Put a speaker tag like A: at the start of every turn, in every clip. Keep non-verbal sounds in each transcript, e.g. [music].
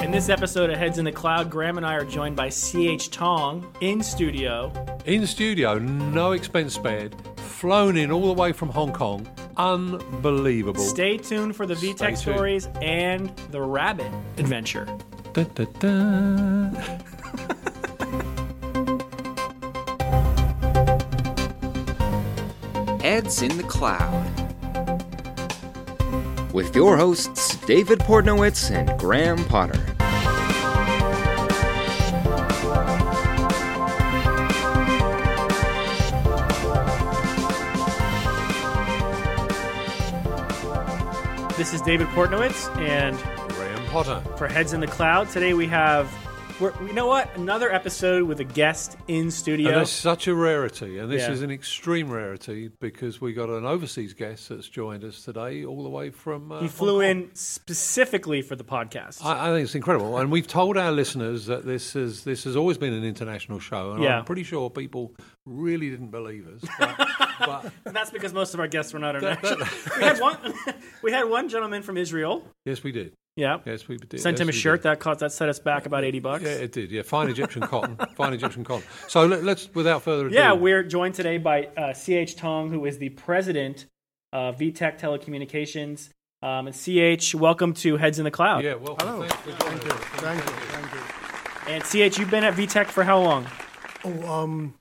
A: In this episode of Heads in the Cloud, Graham and I are joined by CH Tong in studio.
B: In studio, no expense spared, flown in all the way from Hong Kong. Unbelievable.
A: Stay tuned for the VTech
B: tuned.
A: stories and the rabbit adventure.
B: Da, da, da.
C: Ed's in the Cloud. With your hosts, David Portnowitz and Graham Potter.
A: This is David Portnowitz, and
B: Graham Potter.
A: for Heads in the Cloud, today we have, we're, you know what, another episode with a guest in studio.
B: And that's such a rarity, and this
A: Yeah.
B: is an extreme rarity because we got an overseas guest that's joined us today, all the way from. Uh,
A: he flew in specifically for the podcast.
B: I, I think it's incredible, and we've told our listeners that this is this has always been an international show, and
A: Yeah.
B: I'm pretty sure people really didn't believe us. But,
A: [laughs]
B: but
A: And that's because most of our guests were not international. [laughs] we, had one, we had one gentleman from Israel.
B: yes, we did.
A: Yeah.
B: Yes, we did.
A: Sent
B: Yes,
A: him a
B: we did.
A: shirt that cost that set us back about eighty bucks.
B: Yeah, it did. Yeah,
D: [laughs]
B: fine Egyptian cotton, fine Egyptian cotton. So let, let's, without further ado,
A: Yeah, we're joined today by uh, CH Tong, who is the president of VTech Telecommunications. Um, and CH, welcome to Heads in the Cloud.
B: yeah, welcome.
D: Hello.
B: Thanks for joining
D: Thank you. Thank you. Thank you.
A: And CH, you've been at VTech for how long?
D: Oh, um,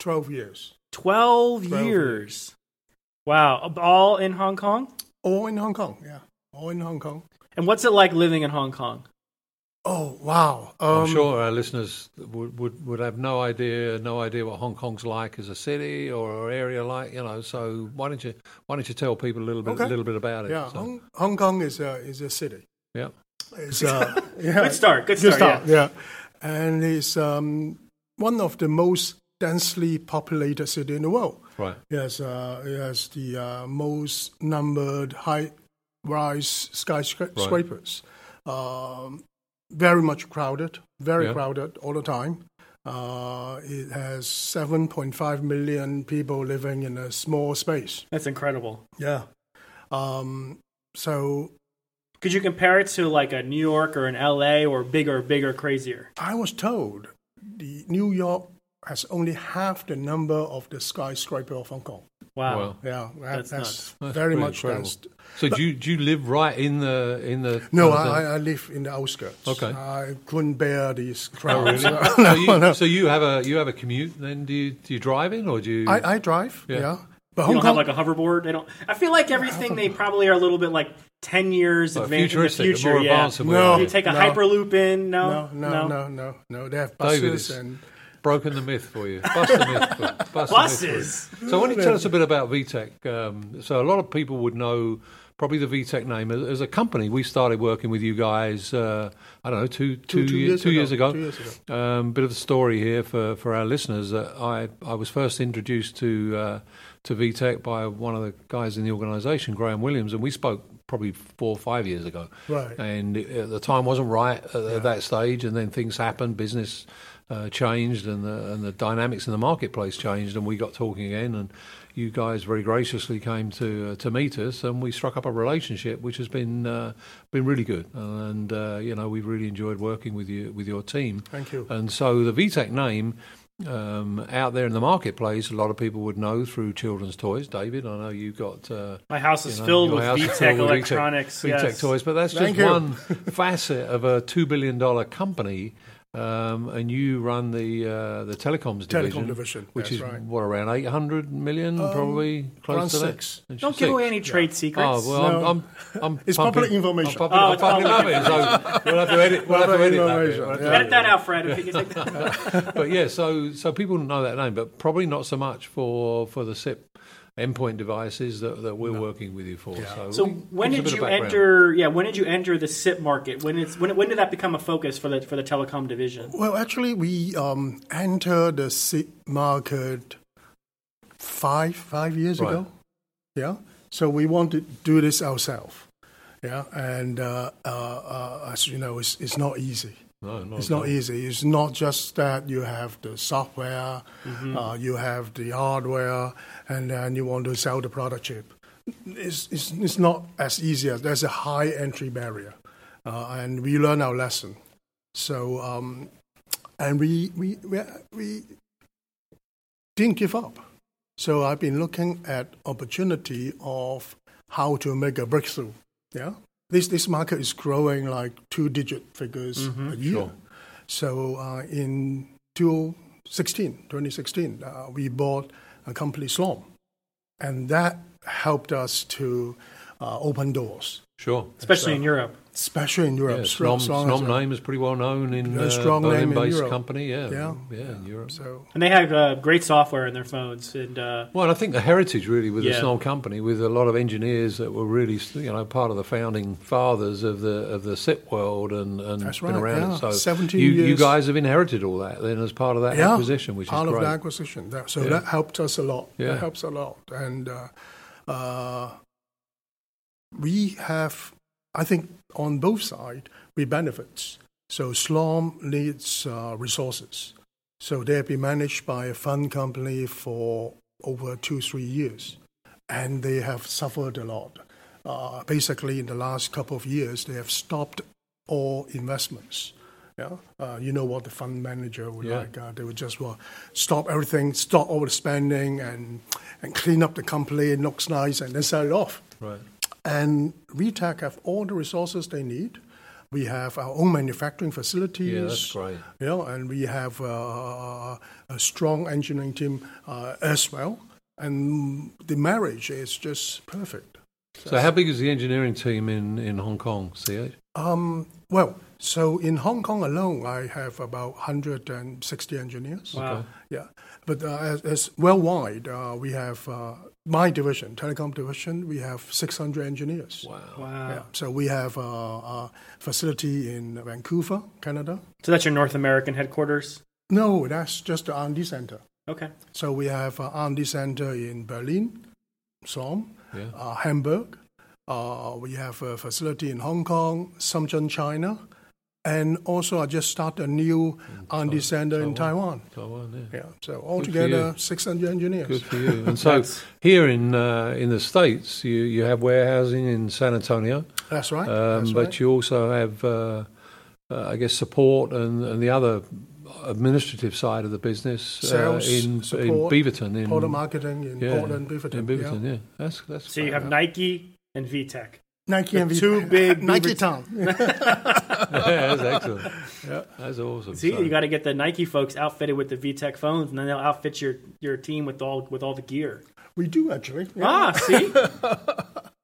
D: 12 years.
A: 12,
D: 12
A: years.
D: years.
A: Wow. All in Hong Kong?
D: All in Hong Kong. Yeah. All in Hong Kong.
A: And what's it like living in Hong Kong?
D: Oh, wow. Um,
B: I'm sure our listeners would, would, would have no idea no idea what Hong Kong's like as a city or area like you know. So why don't you why don't you tell people a little bit a
D: Okay.
B: little bit about it?
D: Yeah.
B: So,
D: Hong, Hong Kong is a, is a city.
B: yeah.
D: It's a, yeah,
A: Good start. Good
D: Good
A: start.
D: start.
A: yeah.
D: Yeah. And it's um, one of the most densely populated city in the world.
B: Right.
D: Yes, uh, it has the uh, most numbered high-rise skyscrapers. Um, very much crowded, very
B: Yeah.
D: crowded all the time. Uh, it has 7.5 million people living in a small space.
A: That's incredible.
D: Yeah. Um, so
A: Could you compare it to like a New York or an LA or bigger, bigger, crazier?
D: I was told the New York has only half the number of the skyscraper of Hong Kong.
A: Wow.
B: Wow.
D: Yeah, that-
A: That's nuts.
D: that's,
B: That's
D: very
B: pretty
D: much
B: incredible.
D: dense.
B: So do you do you live right in the in the?
D: No,
B: uh,
D: I, I
B: the-
D: I live in the outskirts.
B: Okay. Oh,
D: I couldn't bear these crowds. [laughs]
B: so,
D: No,
B: you,
D: no.
B: so you have a you have a commute. Then do you do you drive in or do you?
D: I, I drive,
B: Yeah.
D: yeah. But
A: You
D: Hong
A: don't have
D: Kong,
A: like a hoverboard. They don't. I feel like everything they probably are a little bit like ten years
B: Like
A: advanced in the
B: futuristic,
A: future.
B: more
A: yeah.
B: advanced than we
D: No.
B: are.
A: You take a
D: Oh, No.
A: hyperloop in? No,
D: no, no, no, no, no. They have
B: David
D: buses
B: is-
D: and
B: Broken the myth for you. Bust the myth. For, bust the myth for
A: Buses.
B: you. So, why don't you tell us a bit about VTech? Um, so, a lot of people would know probably the VTech name as, as a company. We started working with you guys. Uh, I don't know, two two
D: two
B: ye-
D: years
B: two years
D: ago,
B: ago.
D: two years
B: Um, bit of a story here for, for our listeners. Uh, I I was first introduced to uh, to VTech by one of the guys in the organisation, Graham Williams, and we spoke probably four or five years ago
D: Right.
B: and it- at the time wasn't right at at that stage. And then things happened, business uh, changed, and the, and the dynamics in the marketplace changed, and we got talking again. And you guys very graciously came to uh, to meet us, and we struck up a relationship which has been uh, been really good. And uh, you know we've really enjoyed working with you with your team.
D: Thank you.
B: And so the VTech name. Um, out there in the marketplace, a lot of people would know through children's toys. David, I know you got uh,
A: My house is
B: you know,
A: filled
B: your
A: with
B: house is
A: VTech
B: filled with
A: electronics.
B: VTech,
A: yes.
B: toys, but that's
D: Thank
B: just
D: you.
B: one [laughs] facet of a two billion dollar company. Um, and you run the uh, the telecoms division,
D: division,
B: which
D: that's
B: is
D: right. Um,
B: what around eight hundred million, probably close
D: around
B: to
D: six.
B: that.
A: Don't give away any trade secrets.
B: Oh well, I'm,
D: No.
B: I'm, I'm
D: It's
B: pumping-
D: public information.
B: I'm pumping,
A: Oh,
B: I'm
A: it's
B: pumping
A: public
B: it up here, so we'll have to edit. We'll have to
D: Public
B: edit that. bit.
D: information,
B: We'll have to
D: yeah.
B: edit
A: Edit that out, Fred. if you take
D: [laughs]
A: that-
B: but yeah, so so people know that name, but probably not so much for for the SIP endpoint devices that, that we're working with you for. So,
A: so
B: give
A: when
B: us a
A: did
B: bit of
A: you
B: background.
A: enter? Yeah, when did you enter the SIP market? When it's when, when did that become a focus for the for the telecom division?
D: Well, actually, we um, entered the seed market five five years
B: Right.
D: ago. Yeah, so we want to do this ourselves. Yeah, and uh, uh, uh, as you know, it's, it's not easy.
B: No, not
D: It's
B: at all.
D: not easy. It's not just that you have the software,
B: Mm-hmm.
D: uh, you have the hardware, and then you want to sell the product chip. It's, it's, it's not as easy as there's a high entry barrier. uh, and we learn our lesson. So, um, and we, we, we, we didn't give up. So I've been looking at opportunity of how to make a breakthrough. Yeah, this this market is growing like two digit figures
A: Mhm,
D: a year.
B: Mm-hmm. sure.
D: So uh, in 2016, 2016, uh, we bought a company Slom, and that helped us to uh, open doors,
B: Sure.
A: especially in Europe.
D: especially in Europe.
B: Yeah,
D: Strong-
B: Snom,
D: strong as
B: Snom
D: a-
B: name is pretty well known in
D: Very
B: uh,
D: strong name in
B: Berlin-based
D: Europe.
B: company. Yeah,
D: Yeah.
B: in Europe.
D: So
A: And they have uh, great software in their phones. And uh,
B: Well, I think the heritage really with
A: Yeah.
B: the Snom company, with a lot of engineers that were really, you know, part of the founding fathers of the of the SIP world and, and
D: That's
B: been
D: right,
B: around
D: yeah.
B: it. So
D: 17
B: you, you
D: years.
B: guys have inherited all that then as part of that
D: yeah,
B: acquisition, which
D: part
B: is
D: of
B: great.
D: the acquisition. That, so
B: Yeah.
D: that helped us a lot.
B: Yeah.
D: That helps a lot, and uh, uh, we have, I think, on both sides, we benefits. So Slom needs uh, resources. So they have been managed by a fund company for over two, three years, and they have suffered a lot. Uh, basically, in the last couple of years, they have stopped all investments. Yeah, uh, you know what the fund manager would
B: Yeah.
D: like. Uh, they would just well, stop everything, stop all the spending, and and clean up the company. It looks nice, and then sell it off.
B: Right.
D: And VTech have all the resources they need. We have our own manufacturing facilities.
B: Yeah, that's great.
D: You know, and we have uh, a strong engineering team uh, as well. And the marriage is just perfect.
B: So, how big is the engineering team in, in Hong Kong, CH?
D: Um, well, so in Hong Kong alone, I have about 160 engineers.
A: wow,
D: Yeah, but uh, as, as worldwide, uh, we have uh, my division, telecom division. We have 600 engineers.
B: Wow.
A: wow.
D: Yeah. So we have uh, a facility in Vancouver, Canada.
A: So that's your North American headquarters.
D: No, that's just the R&D center.
A: Okay.
D: So we have uh, R&D center in Berlin, Somme,
B: Yeah.
D: uh, Hamburg. Uh, we have a facility in Hong Kong, Shenzhen, China, and also I just started a new R&D center in Taiwan.
B: Mm, Taiwan, yeah.
D: Yeah. So
B: for
D: altogether,
B: you.
D: 600 engineers.
B: Good for
D: [laughs]
B: you.
A: [laughs]
B: And so,
A: That's-
B: here in uh, in the states, you, you have warehousing in San Antonio.
D: That's right.
B: Um,
D: that's
B: but
D: right.
B: you also have, uh, uh, I guess, support and, and the other administrative side of the business
D: Sales,
B: uh, in, in
D: support,
B: Beaverton. In,
D: Product marketing in
B: yeah,
D: Portland, Beaverton.
B: In
D: yeah.
B: Beaverton, yeah. That's, that's
A: So you have Nike and VTech.
D: Nike
A: The
D: and
A: two big
D: [laughs] Nike
A: Beaverton-
D: Town.
B: [laughs] yeah, that's
D: [laughs]
B: excellent. That's awesome.
A: See,
B: So-
A: you got to get the Nike folks outfitted with the VTech phones, and then they'll outfit your, your team with all with all the gear.
D: we do actually. Yeah.
A: Ah,
D: [laughs]
A: see,
B: Good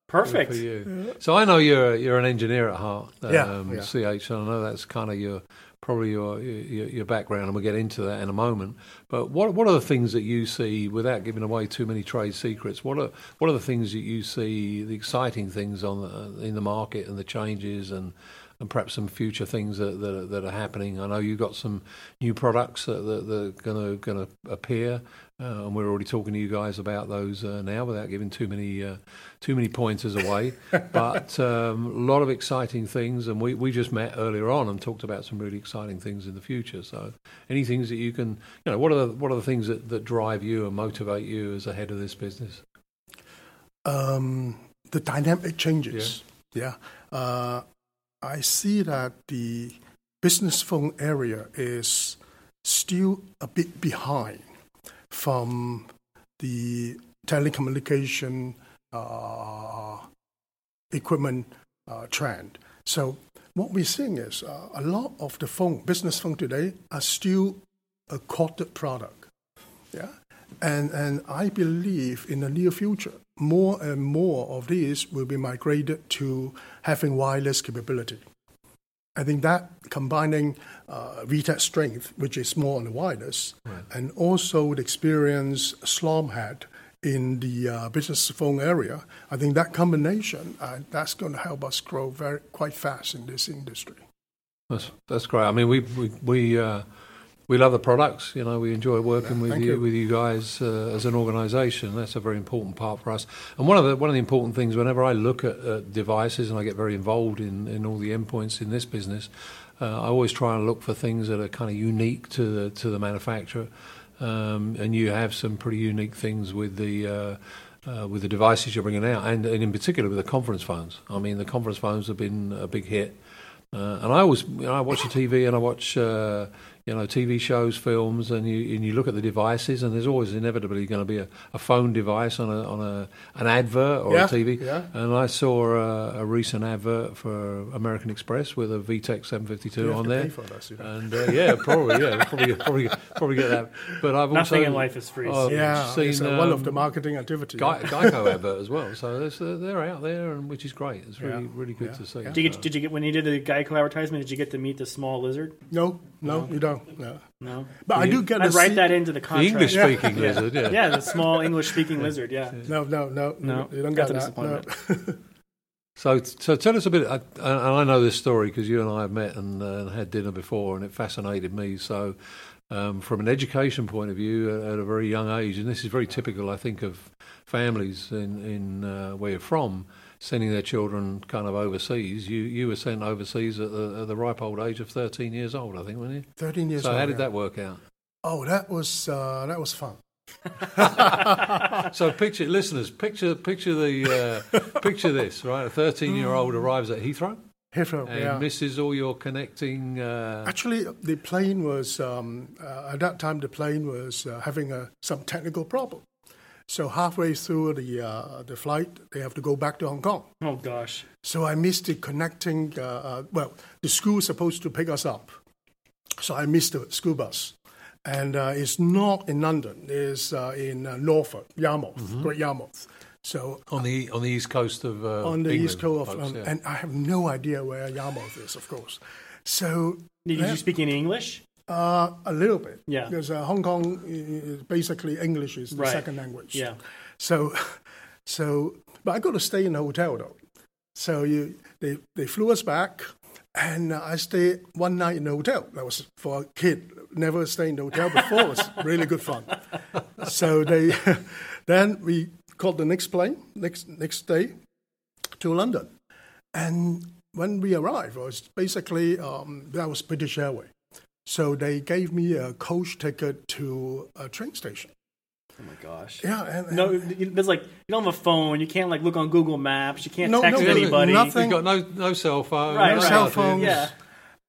A: perfect.
B: for you. So I know you're you're an engineer at heart,
D: Yeah, yeah.
B: CH, and I know that's kind of your probably your, your your background, and we'll get into that in a moment. But what what are the things that you see without giving away too many trade secrets? What are what are the things that you see the exciting things on the, in the market and the changes and and perhaps some future things that, that, are- that are happening. I know you've got some new products that, that, that are going to going to appear, uh, and we're already talking to you guys about those uh, now without giving too many uh, too many pointers away. but um, a lot of exciting things, and we, we just met earlier on and talked about some really exciting things in the future. So, any things that you can, you know, what are the, what are the things that, that drive you and motivate you as a head of this business?
D: um, the dynamic changes. Yeah. Uh, I see that the business phone area is still a bit behind from the telecommunication uh, equipment uh, trend. So what we're seeing is uh, a lot of the phone, business phone today, are still a corporate product. Yeah. And, and I believe in the near future, more and more of these will be migrated to having wireless capability. I think that combining uh, VTech strength, which is more on the wireless, and also the experience Slom had in the uh, business phone area, I think that combination, uh, that's going to help us grow very quite fast in this industry.
B: That's that's great. I mean, we we we, uh, we love the products. You know, we enjoy working with
D: thank
B: you,
D: you.
B: with you guys uh, as an organisation. That's a very important part for us. And one of the one of the important things whenever I look at uh, devices and I get very involved in in all the endpoints in this business, uh, I always try and look for things that are kind of unique to the to the manufacturer. Um, and you have some pretty unique things with the. Uh, uh, with the devices you're bringing out, and, and in particular with the conference phones. I mean, the conference phones have been a big hit. Uh, and I always, you know, I watch the TV and I watch, uh, you know, TV shows, films, and you and you look at the devices, and there's always inevitably going to be a, a phone device on a on a an advert or
D: Yeah,
B: a TV.
D: yeah.
B: And I saw a, a recent advert for American Express with a VTEC 752
D: You have
B: on
D: to
B: there.
D: pay for that, so you don't-
B: And uh, yeah, probably, yeah, probably, probably, probably get that. But I've
A: Nothing
B: also
A: in life is free,
B: I've
A: so-
D: yeah,
B: seen,
D: it's uh, one of
B: um,
D: the marketing activities.
B: Gy- Geico advert as well. So there's, uh, they're out there, and which is great. It's really,
D: Yeah.
B: really good
D: Yeah.
B: to see.
D: Yeah.
A: Did you, get, did you get when you did the Geico advertisement? Did you get to meet the small lizard?
D: No, no, you don't. No.
A: No.
D: But I do get
A: I'd
D: to
A: write
D: see-
A: that into the
B: the
A: contract.
B: English speaking
A: Yeah.
B: lizard, yeah.
A: [laughs] yeah, the small English speaking lizard. Yeah.
D: No, no, no,
A: No,
D: You don't
A: that's
D: get
A: a
D: that. No.
B: So, so tell us a bit. I, and I know this story because you and I have met and uh, had dinner before, and it fascinated me. So, um, from an education point of view, uh, at, at a very young age, and this is very typical, I think, of families in in uh, where you're from sending their children kind of overseas. You you were sent overseas at the, at the ripe old age of 13 years old, I think, weren't you?
D: [laughs] Thirteen years.
B: so,
D: old,
B: how did
D: yeah.
B: that work out?
D: Oh, that was uh, that was fun.
B: So picture listeners, picture picture the
D: [laughs]
B: uh, picture this right. A thirteen year old arrives at Heathrow
D: Heathrow,
B: and
D: Mm. yeah.
B: misses all your connecting. Uh,
D: Actually, the plane was um, uh, at that time the plane was uh, having a, some technical problem. So halfway through the uh, the flight, they have to go back to Hong Kong.
A: Oh gosh.
D: So I missed the connecting. Uh, uh, well, the school is supposed to pick us up, so I missed the school bus, and uh, it's not in London. It's uh, in uh, Norfolk, Yarmouth,
B: Mm-hmm.
D: Great Yarmouth. So
B: on the on the east coast of uh,
D: on the
B: England,
D: east coast of,
B: folks,
D: um,
B: yeah.
D: and I have no idea where Yarmouth is, of course. So
A: Did
D: Yeah.
A: you speak any English?
D: uh, a little bit,
A: Yeah.
D: because uh, Hong Kong i- i- basically English is the
A: Right.
D: second language.
A: Yeah.
D: So, [laughs] so, but I got to stay in a hotel though. So you, they, they flew us back, and I stayed one night in the hotel. That was for a kid, never stayed in the hotel before. it was really good fun. So they, [laughs] then we caught the next plane next next day to London, and when we arrived, it was basically um, that was British Airways. So they gave me a coach ticket to a train station.
A: Oh my gosh.
D: Yeah, and, and
A: No, you- there's like you don't have a phone. You can't like look on Google Maps. You can't
D: No,
A: text
D: no,
B: Yeah,
A: anybody.
B: You've
D: nothing.
B: got no no cell phone,
A: Right,
B: no
A: right.
B: cell
D: cell phones.
A: Yeah.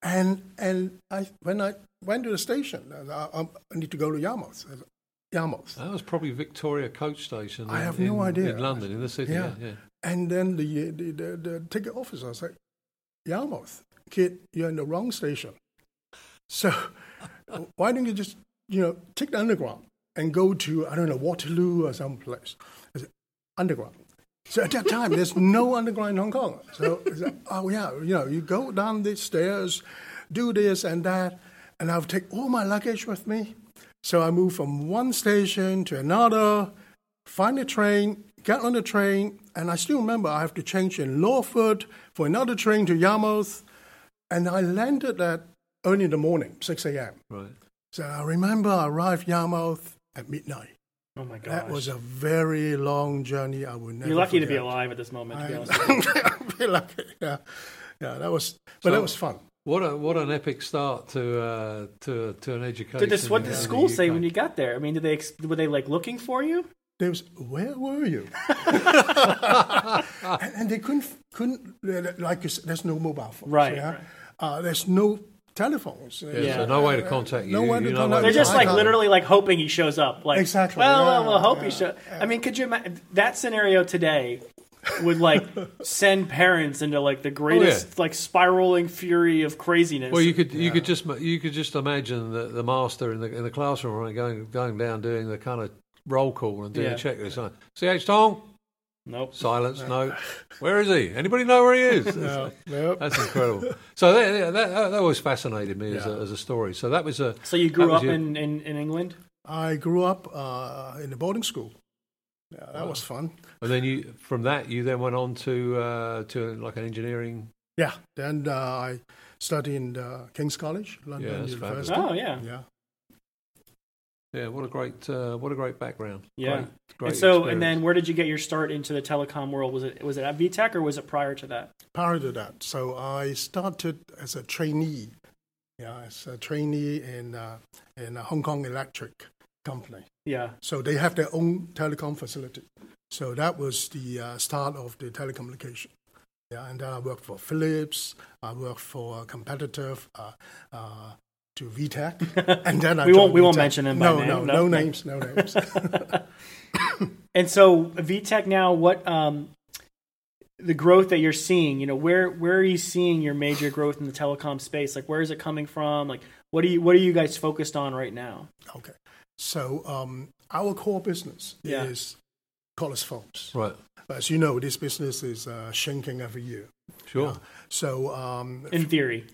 D: And and I when I went to the station, and I, I I need to go to Yarmouth. I said, Yarmouth.
B: That was probably Victoria Coach Station.
D: I
B: in-
D: have no
B: in-
D: idea.
B: in London, in the city. Yeah,
D: Yeah.
B: yeah.
D: And then the the, the, the ticket officer said, Yarmouth, kid, you're in the wrong station. So [laughs] why don't you just you know take the underground and go to I don't know Waterloo or someplace? I said, underground. So at that time, there's no [laughs] underground in Hong Kong. So it's like, oh yeah, you know, you go down these stairs, do this and that, and I'll take all my luggage with me. So I moved from one station to another, find a train, get on the train, and I still remember I have to change in Lawford for another train to Yarmouth, and I landed at early in the morning, 6 a.m.
B: Right.
D: So I remember I arrived Yarmouth at midnight.
A: Oh my gosh.
D: That was a very long journey. I will never.
A: You're lucky to be
D: forget.
A: alive at this moment. To be honest.
D: [laughs]
A: with you.
D: I'm very lucky. Yeah, yeah. That was, but
B: So-
D: that was fun.
B: What a what an epic start to uh, to to an education.
A: Did this, what
B: in uh,
A: did
B: the
A: school say
B: UK.
A: when you got there? I mean, did they ex- were they like looking for you?
D: They was, where were you? [laughs] and, and they couldn't couldn't like you said, there's no mobile phones.
A: Right,
D: Yeah?
A: right.
D: Uh, there's no telephones.
B: Yeah,
A: Yeah.
B: So no way to contact you.
D: No way
B: you
D: to
B: know
D: contact
B: where
D: you.
A: They're just
D: I
A: like
D: can't-
A: literally like hoping he shows up. Like
D: Exactly,
A: Well,
D: yeah,
A: well, we'll hope he
D: yeah,
A: shows. I mean, could you imagine that scenario today? Would like send parents into like the greatest like spiraling fury of craziness.
B: Well, you could you could just ma- you could just imagine the, the master in the in the classroom right, going going down doing the kind of roll call and doing
A: Yeah.
B: a checklist. on Ch Tong,
A: nope.
B: silence, no. Where is he? Anybody know where he
A: [laughs]
B: is?
D: Yeah, yeah.
B: That's incredible. So that, that, that, that always fascinated me as, a,
D: Yeah.
B: as a story. So that was a.
A: So you
B: that
A: grew
B: was
A: up
B: your-
A: in, in in England.
D: I grew up uh, in a boarding school. Yeah, that was fun.
B: and then you from that you then went on to uh, to like an engineering.
D: Yeah. Then uh, I studied in uh, King's College, London
B: Yeah, that's fabulous.
D: University.
A: Oh yeah.
D: Yeah.
B: Yeah, what a great uh, what a great background.
A: Yeah.
B: Great, great
A: and so and
B: experience.
A: then where did you get your start into the telecom world? Was it was it at VTech or was it prior to that?
D: Prior to that, so I started as a trainee. Yeah, as a trainee in uh, in a Hong Kong Electric Company.
A: Yeah.
D: So they have their own telecom facility. So that was the uh, start of the telecommunication. Yeah, and then I worked for Philips. I worked for a competitor uh, uh, to
A: [laughs]
D: VTech, and then I
A: We won't-
D: joined
A: we won't
D: VTech.
A: mention him by
D: No,
A: name.
D: no,
A: No,
D: no,
A: no.
D: names,
A: [laughs]
D: no names.
A: And so VTech now, what um, the growth that you're seeing? You know, where where are you seeing your major growth in the telecom space? Like, where is it coming from? Like, what are you what are you guys focused on right now?
D: okay, so um, our core business
A: Yeah.
D: is cordless phones.
B: Right.
D: As you know, this business is uh, shrinking every year.
B: Sure.
D: So um,
A: In theory,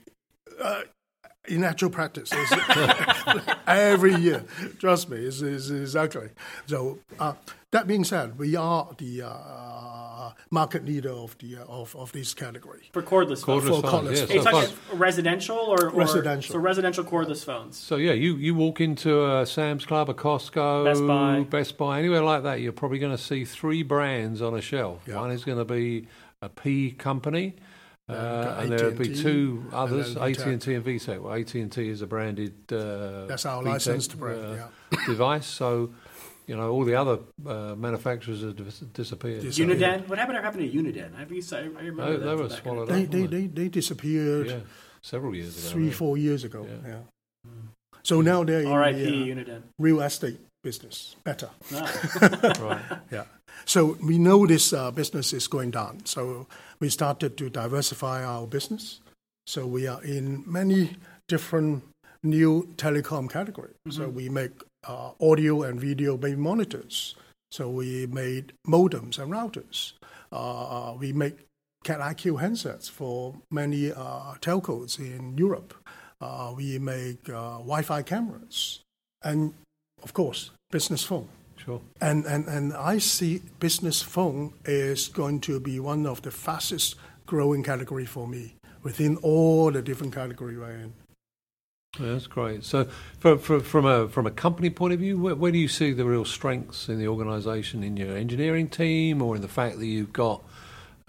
D: in actual practice, it's- [laughs] every year, trust me, it's, it's it's ugly. So uh, that being said, we are the uh, market leader of the uh, of, of this category.
A: for cordless phones.
B: Cordless
D: For
B: phones,
D: cordless
B: yeah,
D: phones.
A: It's
B: so,
A: like
B: fun-
A: residential or, or
D: Residential.
A: So residential cordless phones.
B: so, yeah, you, you walk into a Sam's Club, a Costco,
A: Best Buy.
B: Best Buy, anywhere like that, you're probably going to see three brands on a shelf.
D: Yeah.
B: One is going to be a P company, uh,
D: got
B: and there'll be
D: AT&T,
B: two
D: and
B: others,
D: then
B: AT
D: VTech.
B: and T and VTech. Well, AT and T is a branded. Uh,
D: That's our
B: VTech,
D: licensed brand,
B: device. So, you know, all the other uh, manufacturers have dis- disappeared.
D: Dis-
B: So-
A: Uniden. What happened? What happened to Uniden? I, used to, I remember
B: No,
A: that
B: they
A: from
B: were
A: back in the
B: swallowed
A: day.
D: They
B: up.
D: they, they they disappeared
B: yeah, several years ago.
D: three
B: yeah.
D: four years ago.
B: Yeah.
D: Yeah. So now they're in
A: R.I.P.
D: the uh, [laughs]
A: Uniden.
D: real estate business. Better.
B: Right.
D: Yeah. So we know this uh, business is going down. So we started to diversify our business. So we are in many different new telecom category. So we make uh, audio and video baby monitors. So we made modems and routers. Uh, we make Cat IQ handsets for many uh, telcos in Europe. Uh, we make uh, Wi-Fi cameras, and of course, business phone.
B: Sure.
D: And, and, and I see business phone is going to be one of the fastest growing category for me within all the different category we're in.
B: Yeah, that's great. So, from, from, from a from a company point of view, where, where do you see the real strengths in the organisation, in your engineering team, or in the fact that you've got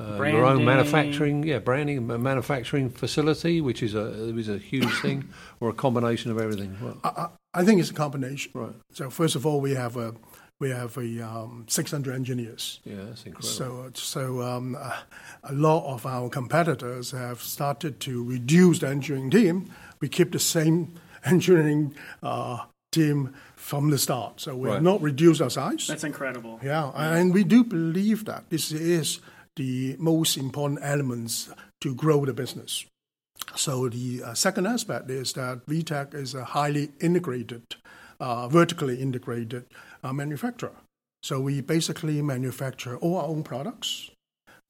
B: uh, your
A: Branding.
B: own manufacturing, yeah, branding and ma- manufacturing facility, which is a is a huge [coughs] thing, or a combination of everything. Well,
D: I, I, I think it's a combination.
B: right.
D: So first of all, we have a we have a um, 600 engineers.
B: Yeah, that's incredible.
D: So so um, a- a lot of our competitors have started to reduce the engineering team. We keep the same [laughs] engineering uh, team from the start. So we
B: Right.
D: have not reduced our size.
A: That's incredible.
D: Yeah, and we do believe that this is the most important elements to grow the business. So the uh, second aspect is that VTech is a highly integrated, uh, vertically integrated uh, manufacturer. So we basically manufacture all our own products.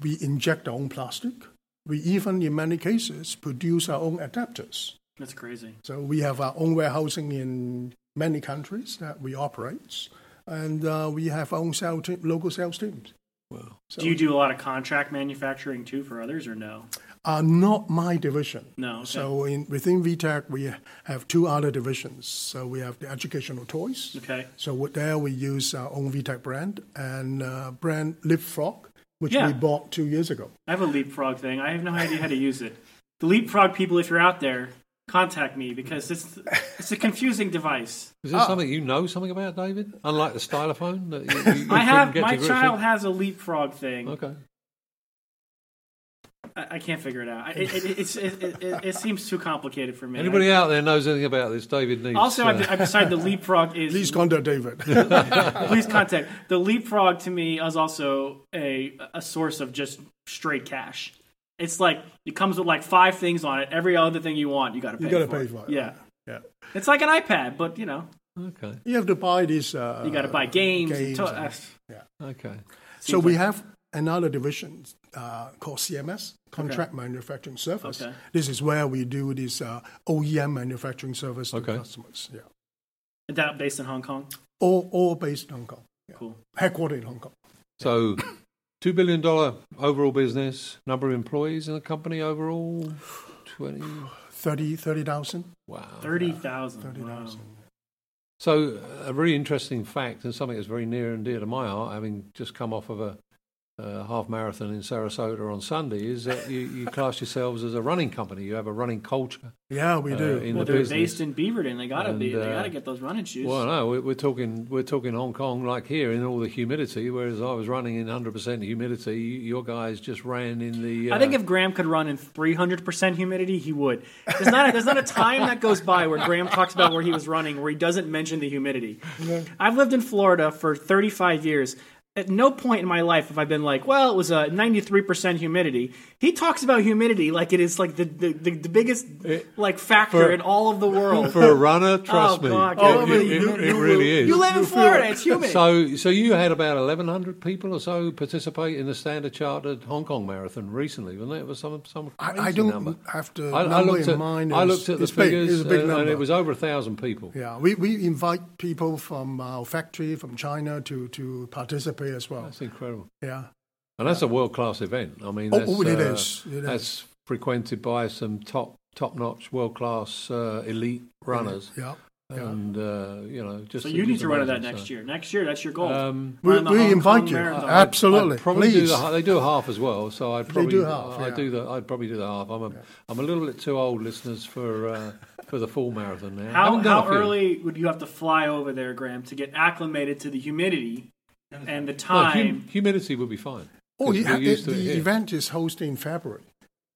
D: We inject our own plastic. We even, in many cases, produce our own adapters.
A: That's crazy.
D: So we have our own warehousing in many countries that we operate, and uh, we have our own sales team, local sales teams.
B: Wow.
D: So
A: do you do a lot of contract manufacturing too for others or no?
D: Are not my division.
A: No, okay.
D: So in, within VTech, we have two other divisions. So we have the educational toys.
A: Okay.
D: So with- there we use our own VTech brand and uh, brand Leapfrog, which
A: Yeah.
D: we bought two years ago.
A: I have a leapfrog thing. I have no idea how to use it. The leapfrog people, if you're out there, contact me because it's it's a confusing device.
B: Is this something you know something about, David? Unlike the stylophone, that you, you,
A: [laughs]
B: you
A: I
B: couldn't
A: have
B: get to
A: my
B: grips
A: child
B: with?
A: has a leapfrog thing.
B: Okay.
A: I, I can't figure it out. I- It, it, it's, it, it, it, it seems too complicated for me.
B: Anybody out there knows anything about this? David needs.
A: also,
B: uh,
A: I've, I've decided the leapfrog is
D: Please
A: [laughs]
D: contact David. [laughs]
A: please contact the leapfrog to me is also a a source of just straight cash it's like it comes with like five things on it every other thing you want you gotta pay
D: You gotta
A: for
D: pay
A: it.
D: for it.
A: yeah
D: yeah.
A: it's like an ipad but you know
B: [laughs] okay.
D: You have to buy these. Uh,
A: you gotta buy games, and to-
D: and-
A: uh,
B: Okay.
D: So we have another division uh, called CMS, Contract Manufacturing Service.
A: Okay.
D: This is where we do this uh, OEM manufacturing service to
B: Okay.
D: customers. Yeah,
A: and uh, that based in hong kong
D: all all based in Hong Kong. Yeah.
A: Cool.
D: Headquartered in Hong Kong.
B: So, two billion dollar overall business. Number of employees in the company overall, twenty.
D: 30 30,000.
B: Wow.
A: 30000 wow.
D: 30,000.
B: So, a very interesting fact, and something that's very near and dear to my heart, having just come off of a, uh, half marathon in Sarasota on Sunday is that you, you class yourselves as a running company. You have a running culture.
D: Yeah, we
B: uh,
D: do.
B: in
A: well,
B: the
A: they're
B: business.
A: based in Beaverton. They gotta be.
B: And,
A: They
B: uh,
A: gotta get those running shoes.
B: Well, no, we're, we're talking we're talking Hong Kong like here in all the humidity, whereas I was running in 100% humidity. You, your guys just ran in the. Uh,
A: I think if Graham could run in 300% humidity, he would. There's not, a, there's not a time that goes by where Graham talks about where he was running where he doesn't mention the humidity. I've lived in Florida for 35 years. At no point in my life have I been like, well, it was a 93% humidity. He talks about humidity like it is like the, the, the, the biggest like factor
B: for-
A: in all of the world.
B: [laughs] for a runner, trust
A: Oh,
B: me,
A: God,
B: it,
A: God.
B: it- it-
D: You-
B: it
D: you-
B: really is.
A: you live in Florida, it's humid.
B: So, so you had about 1,100 people or so participate in the Standard Chartered Hong Kong Marathon recently, wasn't it? It was some some crazy
D: I, I don't
B: number.
D: have to.
B: I, I looked
D: in
B: at,
D: mind.
B: I
D: It's-
B: looked at the
D: it's big.
B: figures, uh,
D: It's a big
B: and,
D: number.
B: and it was over a thousand people.
D: yeah, we, we invite people from our factory, from China, to, to participate as well.
B: That's incredible.
D: Yeah.
B: And that's a world class event. I mean,
D: Oh,
B: that's, uh,
D: oh, it is. It
B: that's frequented by some top top notch, world class, uh, elite runners.
D: Yeah. yeah.
B: And uh, you know, just
A: so you need to run to that
B: amazing,
A: next
B: so.
A: year. Next year, that's your goal.
B: Um,
D: We,
A: Run the Hong
D: we invite
A: Kong
D: you.
A: Marathon.
B: I'd-
D: Absolutely.
B: I'd probably do
D: Please.
B: the, ha- they do a half as well, so I'd probably
D: do half,
B: I, I
D: yeah.
B: do the, I'd probably do the half. I'm a, am a little bit too old, listeners, for uh, for the full marathon now.
A: How,
B: Haven't done
A: how
B: a few.
A: early would you have to fly over there, Graham, to get acclimated to the humidity and the
B: No, hum-
A: time?
B: humidity would be fine.
D: Oh,
B: 'cause
D: yeah,
B: we're
D: the,
B: used to it
D: the
B: here.
D: event is hosted in February.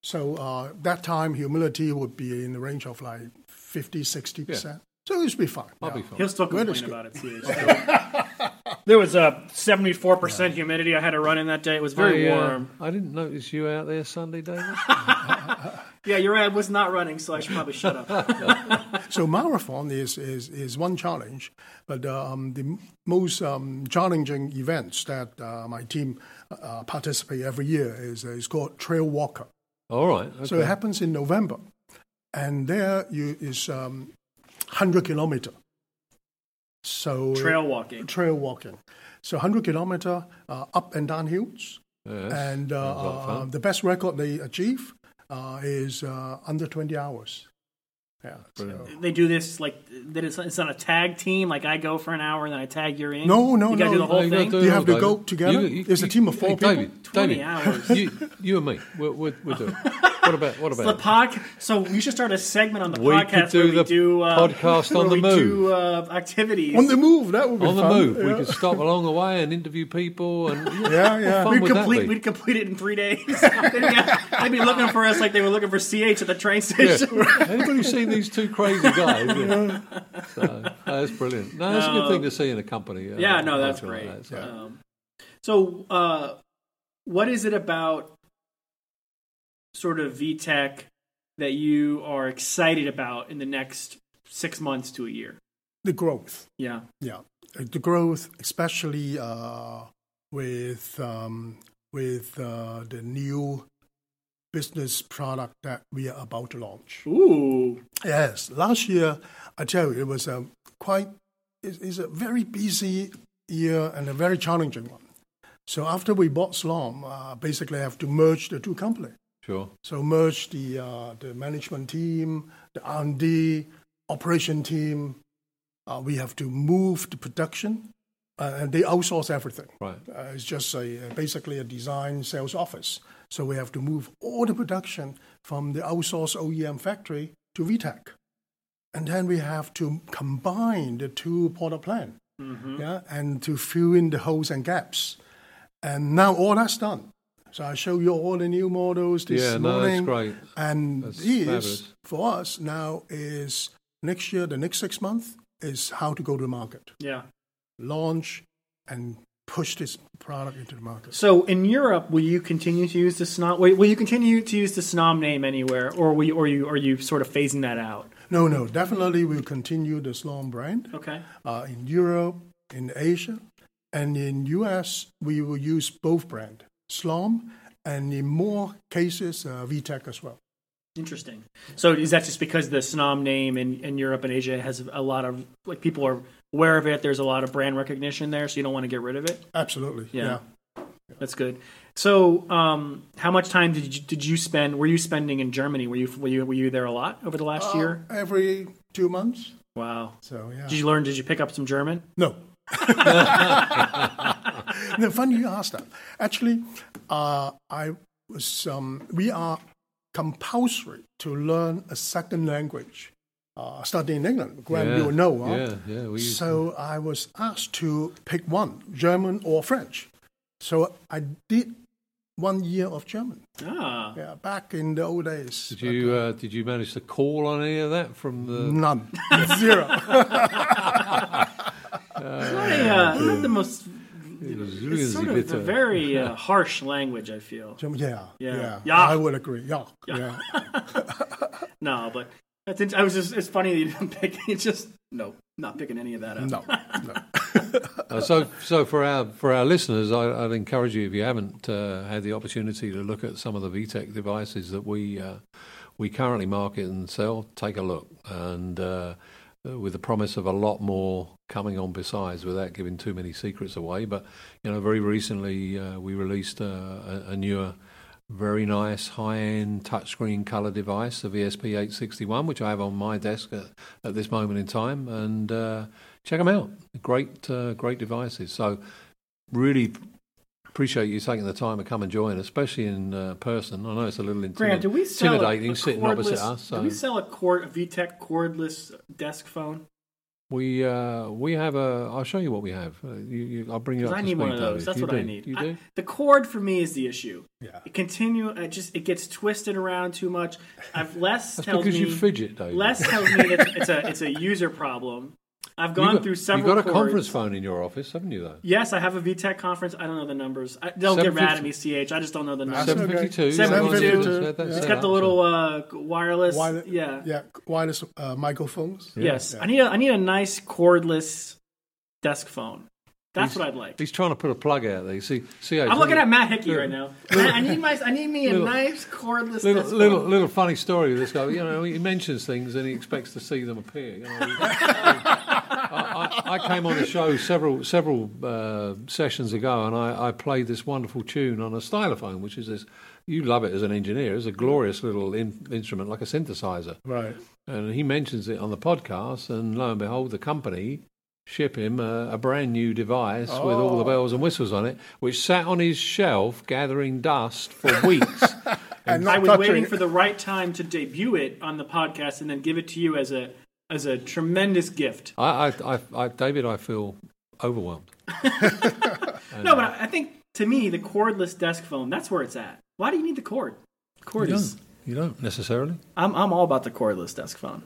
D: So uh, that time, humidity would be in the range of like 50, 60%. So it should be fine.
B: I'll
D: yeah.
B: be fine.
A: He'll still
D: Weather's
A: complain about it too. so. [laughs] there was a seventy-four percent humidity. I had to run in that day. It was very
B: I, uh,
A: warm.
B: I didn't notice you out there Sunday, David. [laughs]
A: Yeah, you're right. I was not running, so I should probably shut
B: [laughs]
A: up.
D: So marathon is, is, is one challenge, but um, the m- most um, challenging events that uh, my team uh, participate every year is, is called Trail Walker.
B: All right. Okay.
D: So it happens in November, and there you is um, hundred kilometer. So
A: Trail walking.
D: trail walking, so hundred kilometer uh, up and down hills,
B: Yes,
D: and uh,
B: sounds like
D: uh,
B: fun.
D: the best record they achieve uh, is uh, under twenty hours. Yeah. So.
A: They do this like that. It's, it's on a tag team. Like I go for an hour and then I tag your in.
D: No, no,
A: you gotta do the
D: no.
B: No,
A: whole
B: you gotta
A: thing.
B: do
D: You
B: it
D: have
B: all,
D: to
B: David.
D: go together. It's a team of four
B: hey,
D: people.
B: David,
A: 20
B: David,
A: hours.
B: You, you and me. We'll, we'll, we'll do it. What about what
A: It's the
B: about?
A: pod. So we should start a segment on the
B: We could
A: podcast
B: do
A: where we
B: the
A: do uh,
B: podcast on
A: where
B: the
A: we
B: move.
A: do, uh, activities.
D: On the move, that would be
B: on the
D: fun.
B: move, we
D: Yeah.
B: could stop along the way and interview people, and yeah,
D: [laughs] Yeah, yeah.
B: fun
A: We'd
B: would that
A: complete.
B: be?
A: We'd complete it in three [laughs] days. They'd be, they'd be looking for us like they were looking for CH at the train station. [laughs]
B: [laughs] Anybody seen these two crazy guys? Yeah. So, no, that's brilliant. No, that's a good thing to see in a company. uh,
A: Yeah, no, that's
B: something like
A: great.
B: that. So,
A: Um, so, uh, what is it about sort of VTech that you are excited about in the next six months to a year?
D: The growth.
A: Yeah,
D: Yeah, Uh, the growth, especially uh, with um, with uh, the new business product that we are about to launch.
A: ooh,
D: Yes, last year I tell you it was a quite it is a very busy year and a very challenging one. So after we bought Slom, uh, basically I have to merge the two companies.
B: sure.
D: So merge the uh, the management team, the R and D, operation team. Uh, we have to move the production, uh, and they outsource everything.
B: Right.
D: Uh, it's just a, basically a design sales office. So we have to move all the production from the outsourced OEM factory to VTech. And then we have to combine the two product plan,
B: Mm-hmm.
D: yeah, and to fill in the holes and gaps. And now all that's done. So I show you all the new models this
B: Yeah, no, that's
D: morning.
B: great.
D: And
B: That's
D: this
B: fabulous.
D: for us now is next year, the next six months is how to go to market
A: yeah.
D: launch and push this product into the market.
A: So in Europe, will you continue to use the Snom? Will will you continue to use the Snom name anywhere, or will you, or you, are you sort of phasing that out?
D: No, no, definitely we'll continue the Slom brand
A: Okay.
D: uh, in Europe, in Asia, and in US. We will use both brand, Slom, and in more cases, uh, VTech as well.
A: Interesting. So is that just because the Snom name in, in Europe and Asia has a lot of like people are aware of it? There's a lot of brand recognition there, so you don't want to get rid of it.
D: Absolutely,
A: Yeah.
D: yeah.
A: That's good. So um, how much time did you, did you spend? Were you spending in Germany? Were you were you were you there a lot over the last
D: Uh,
A: year?
D: every two months.
A: Wow.
D: So yeah. [laughs]
A: Did you learn? Did you pick up some German?
D: no. no, funny you asked that. Actually, uh, I was. Um, we are compulsory to learn a second language. Uh, studying in England, Graham,
B: Yeah,
D: you will know. huh?
B: yeah, yeah, we used
D: so I was asked to pick one, German or French. So I did one year of German.
A: Ah,
D: Yeah, back in the old days.
B: Did you uh, did you manage to call on any of that from the?
A: [laughs]
D: None. Zero.
A: not, a, uh, not the most. It's
B: really
A: sort of
B: bitter.
A: a very
B: [laughs]
A: uh, harsh language. I feel
D: German, yeah,
A: Yeah.
D: yeah.
A: Yeah.
D: I would agree. Yeah. Yeah.
A: no, but that's. int- I was just. It's funny that you didn't [laughs] pick. It's just no, not picking any of that up.
D: No. no. [laughs]
B: Uh, so so for our for our listeners, I, I'd encourage you if you haven't uh, had the opportunity to look at some of the VTech devices that we uh, we currently market and sell, take a look and. Uh, uh, with the promise of a lot more coming on besides, without giving too many secrets away. But you know, very recently uh, we released uh, a, a newer very nice high-end touchscreen color device, the VSP861, which I have on my desk at, at this moment in time. And uh, check them out; great, uh, great devices. So really appreciate you taking the time to come and join, especially in uh, person. I know it's a little intimi-
A: Grant, do we sell a-
B: intimidating
A: a
B: sitting opposite
A: cordless-
B: us. So
A: Do we sell a cord a VTech cordless desk phone?
B: we uh, we have a. I'll show you what we have. Uh, you, you, I'll bring you
A: 'Cause
B: up.
A: I
B: to
A: need
B: speed,
A: one of those.
B: David.
A: That's
B: You
A: what I
B: do.
A: need.
B: You
A: I-
B: do.
A: the cord for me is the issue.
D: Yeah.
A: It continue. It just it gets twisted around too much. I've less
B: That's
A: tells
B: because
A: me
B: you fidget, David.
A: less tells me that it's a it's a user problem. I've
B: You've
A: gone
B: got-
A: through several.
B: You've got a
A: cords.
B: conference phone in your office, haven't you? Though.
A: Yes, I have a VTech conference. I don't know the numbers. I, don't get mad at me, CH. I just don't know the numbers.
D: That's
B: 752.
D: okay. 752.
B: Yeah, that's
A: It's
B: it.
A: got the little uh, wireless.
D: Wire-
A: yeah.
D: Yeah. Wireless uh, microphones.
A: Yes.
D: Yeah.
A: I need a I need a nice cordless desk phone. That's what I'd like.
B: He's trying to put a plug out there. You See, see,
A: I'm looking at Matt Hickey
B: [laughs] Little-
A: right now. Matt, I need my I need me a
B: Little-
A: nice cordless
B: Little,
A: desk
B: little,
A: phone.
B: little funny story with this guy. You know, he mentions things and he expects to see them appear. You know, he- I, I, I came on the show several several uh, sessions ago, and I, I played this wonderful tune on a stylophone, which is this. You love it as an engineer. It's a glorious little in, instrument, like a synthesizer.
D: Right.
B: And he mentions it on the podcast, and lo and behold, the company ship him a, a brand new device with all the bells and whistles on it, which sat on his shelf gathering dust for weeks.
D: [laughs] And
A: I
D: not
A: was
D: touching.
A: waiting for the right time to debut it on the podcast and then give it to you as a as a tremendous gift.
B: I, I, I, I, David, I feel overwhelmed.
A: No, but I I think to me the cordless desk phone that's where it's at. Why do you need the cord? Cord is.
B: You don't necessarily.
A: I'm I'm all about the cordless desk phone.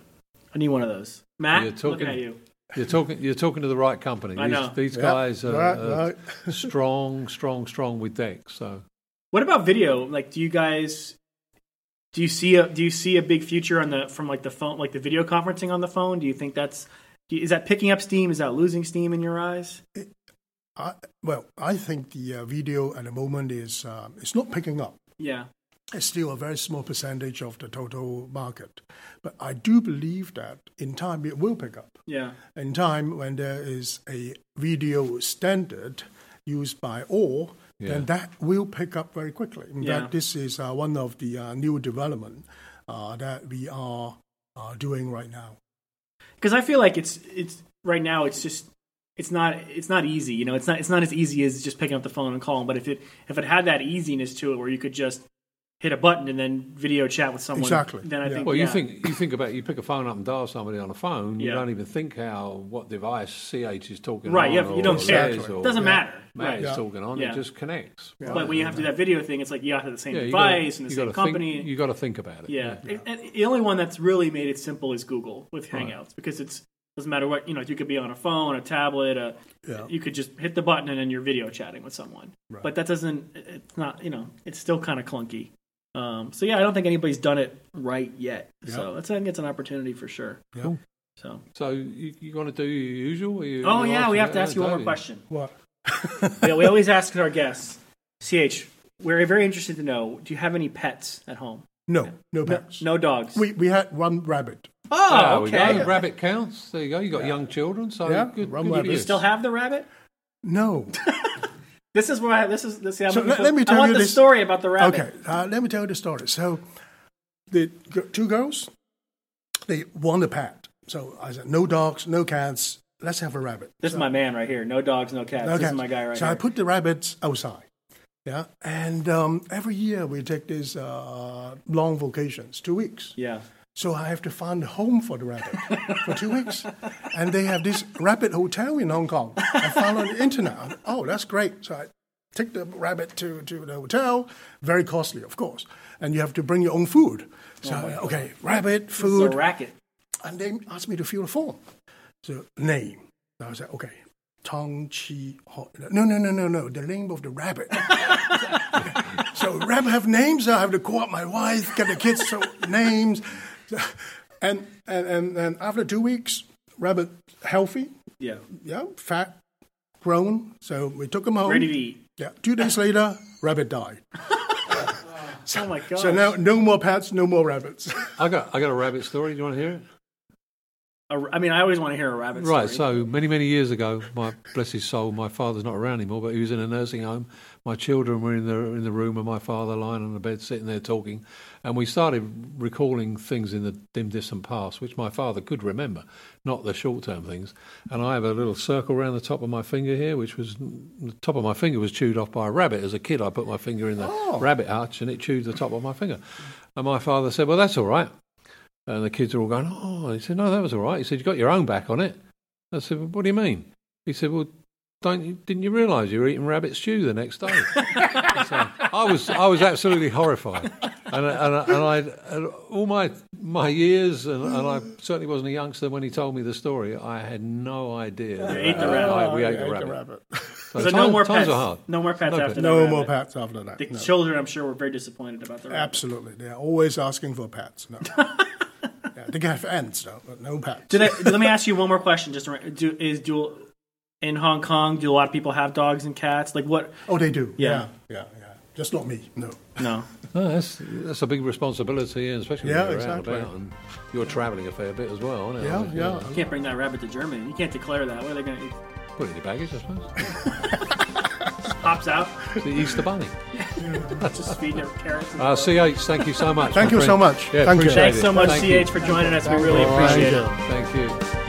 A: I need one of those. Matt,
B: You're
A: looking
B: talking-
A: at you.
B: You're talking. You're talking to the right
A: [laughs]
B: company.
A: I
B: these
A: know.
B: these
D: Yeah,
B: guys are,
D: right,
B: are
D: right.
B: strong, strong, strong with decks. So
A: What about video? Like, do you guys do you see a do you see a big future on the from like the phone like the video conferencing on the phone? Do you think that's do you- is that picking up steam? Is that losing steam in your eyes?
D: I, well, I think the uh, video at the moment is um, it's not picking up.
A: Yeah,
D: It's still a very small percentage of the total market, but I do believe that in time it will pick up.
A: yeah,
D: in time when there is a video standard used by all, then that will pick up very quickly. In
A: Yeah.
D: fact, this is uh, one of the uh, new development uh, that we are uh, doing right now.
A: because I feel like it's it's right now it's just it's not it's not easy. You know, it's not it's not as easy as just picking up the phone and calling. But if it if it had that easiness to it, where you could just hit a button and then video chat with someone,
D: Exactly.
A: Then I
D: Yeah.
A: think
B: Well, you
A: yeah.
B: think you think about you pick a phone up and dial somebody on a phone. You
A: Yeah.
B: don't even think how what device CH is talking
A: right?
B: on.
A: Yeah, you
B: or
A: don't care.
B: Liz or
A: Doesn't matter.
B: Matt
A: Right.
B: is
D: Yeah.
B: talking on.
A: Yeah.
B: It just connects.
A: But when you have to do that video thing, it's like you have to have the same
B: Yeah, you gotta-
A: device and the
B: you
A: same
B: gotta
A: company.
B: Think, you got to think about it.
A: Yeah, And- and the only one that's really made it simple is Google with Hangouts because it's doesn't matter what you know. You could be on a phone, a tablet, a,
D: Yeah.
A: you could just hit the button and then you're video chatting with someone. But that doesn't. It's not. You know, it's still kind of clunky. Um, so yeah, I don't think anybody's done it right yet. So that's, I think it's an opportunity for sure.
B: Cool.
A: So
B: So you, you want to do your usual? Or you,
A: oh
B: you
A: yeah, we
B: ask-
A: have to ask you one more
B: David.
A: question.
D: What?
A: yeah, we always ask our guests. Ch, we're very interested to know. Do you have any pets at home?
D: No, no pets.
A: No dogs.
D: We, Ah, we had one rabbit.
B: There
A: oh,
B: we
A: okay.
B: go. Rabbit counts. There you go. You got young children, so
D: Yeah,
B: good.
D: run
B: good
D: rabbit.
B: for
A: You still have the rabbit?
D: No.
A: This is where I, this is this. See, I'm
D: So
A: looking
D: let-
A: for-
D: let me
A: I
D: tell
A: want
D: you
A: the
D: this-
A: story about the rabbit.
D: Okay, uh, let me tell you the story. So, the g- two girls, they want a pet. So I said, no dogs, no cats, let's have a rabbit.
A: This is my man right here. No dogs, no cats. This
D: Okay.
A: is my guy right
D: so
A: here.
D: I put the rabbits outside. Yeah, and um, every year we take these uh, long vacations, two weeks.
A: yeah.
D: So I have to find a home for the
A: [laughs]
D: rabbit for two weeks, and they have this rabbit hotel in Hong Kong. I found on the internet. I- oh, that's great! So I take the rabbit to, to the hotel. Very costly, of course, and you have to bring your own food. So okay, rabbit
A: Oh It's a
D: food,
A: racket.
D: and they asked me to fill a form. So name. I was like, okay, Tong Chi. Ho- No, no, no, no, no. The name of the rabbit. [laughs] so rabbit have names. I have to call up my wife, get the kids so names, and and and, and after two weeks, rabbit healthy,
A: Yeah.
D: yeah, fat, grown. So we took him home.
A: Ready to eat.
D: Yeah.
A: [laughs]
D: Two days later, rabbit died.
A: Oh my god.
D: So now no more pets, no more rabbits.
B: I got I got a rabbit story. Do you want to hear it?
A: A- I mean, I always want to hear a rabbit story.
B: Right. So many, many years ago, my bless his soul, my father's not around anymore, but he was in a nursing home. My children were in the in the room, and my father lying on the bed, sitting there talking, and we started recalling things in the dim, distant past, which my father could remember, not the short term things. And I have a little circle around the top of my finger here, which was the top of my finger was chewed off by a rabbit. As a kid, I put my finger in the rabbit hutch, and it chewed the top of my finger. And my father said, "Well, that's all right." And the kids are all going, "Oh," he said, "No, that was all right." He said, "You got your own back on it." I said, well, "What do you mean?" He said, "Well, don't you, didn't you realise you were eating rabbit stew the next day?" so I was I was absolutely horrified, and I- and, I- and I and all my my years, and, and I certainly wasn't a youngster when he told me the story. I had no idea. that
A: ate the
B: I-
A: rabbit.
B: I- Uh, we ate
D: [laughs] I
B: the
D: ate
B: rabbit.
A: [laughs]
B: So
A: So no
B: time-
A: more
B: times
A: pets.
B: are hard.
A: No more pets
B: No
A: after
B: pets.
A: that.
D: No more
A: rabbit.
D: pets after that.
A: The
D: no.
A: children, I'm sure, were very disappointed about the rabbit.
D: Absolutely. They're always asking for pets. No. yeah, they can have ants, though, but no pets.
A: Did I, let me ask you one more question. Just around, do, is dual in Hong Kong? Do a lot of people have dogs and cats? Like what?
D: oh, they do.
A: Yeah.
D: Yeah. yeah. Yeah. Just not me. No.
A: No.
B: No, that's that's a big responsibility, and especially
D: Yeah,
B: when you're
D: exactly.
B: out and about, and you're travelling a fair bit as well. Aren't you?
D: Yeah. Yeah.
A: You can't bring that rabbit to Germany. You can't declare that. What are they going to?
B: Put it in your baggage, I suppose.
A: Pops out. [laughs]
B: It's the Easter Bunny.
A: Just feeding her carrots. and
B: Uh,
A: stuff.
B: CH, thank you so much.
D: Thank
B: my
D: you so
B: friend.
D: much.
B: Yeah,
D: Thank you.
B: appreciate
A: Thanks
B: it.
A: so much,
B: Thank
A: CH,
B: you.
A: for joining us. We really
D: Thank
A: appreciate
D: you.
A: it.
B: Thank you.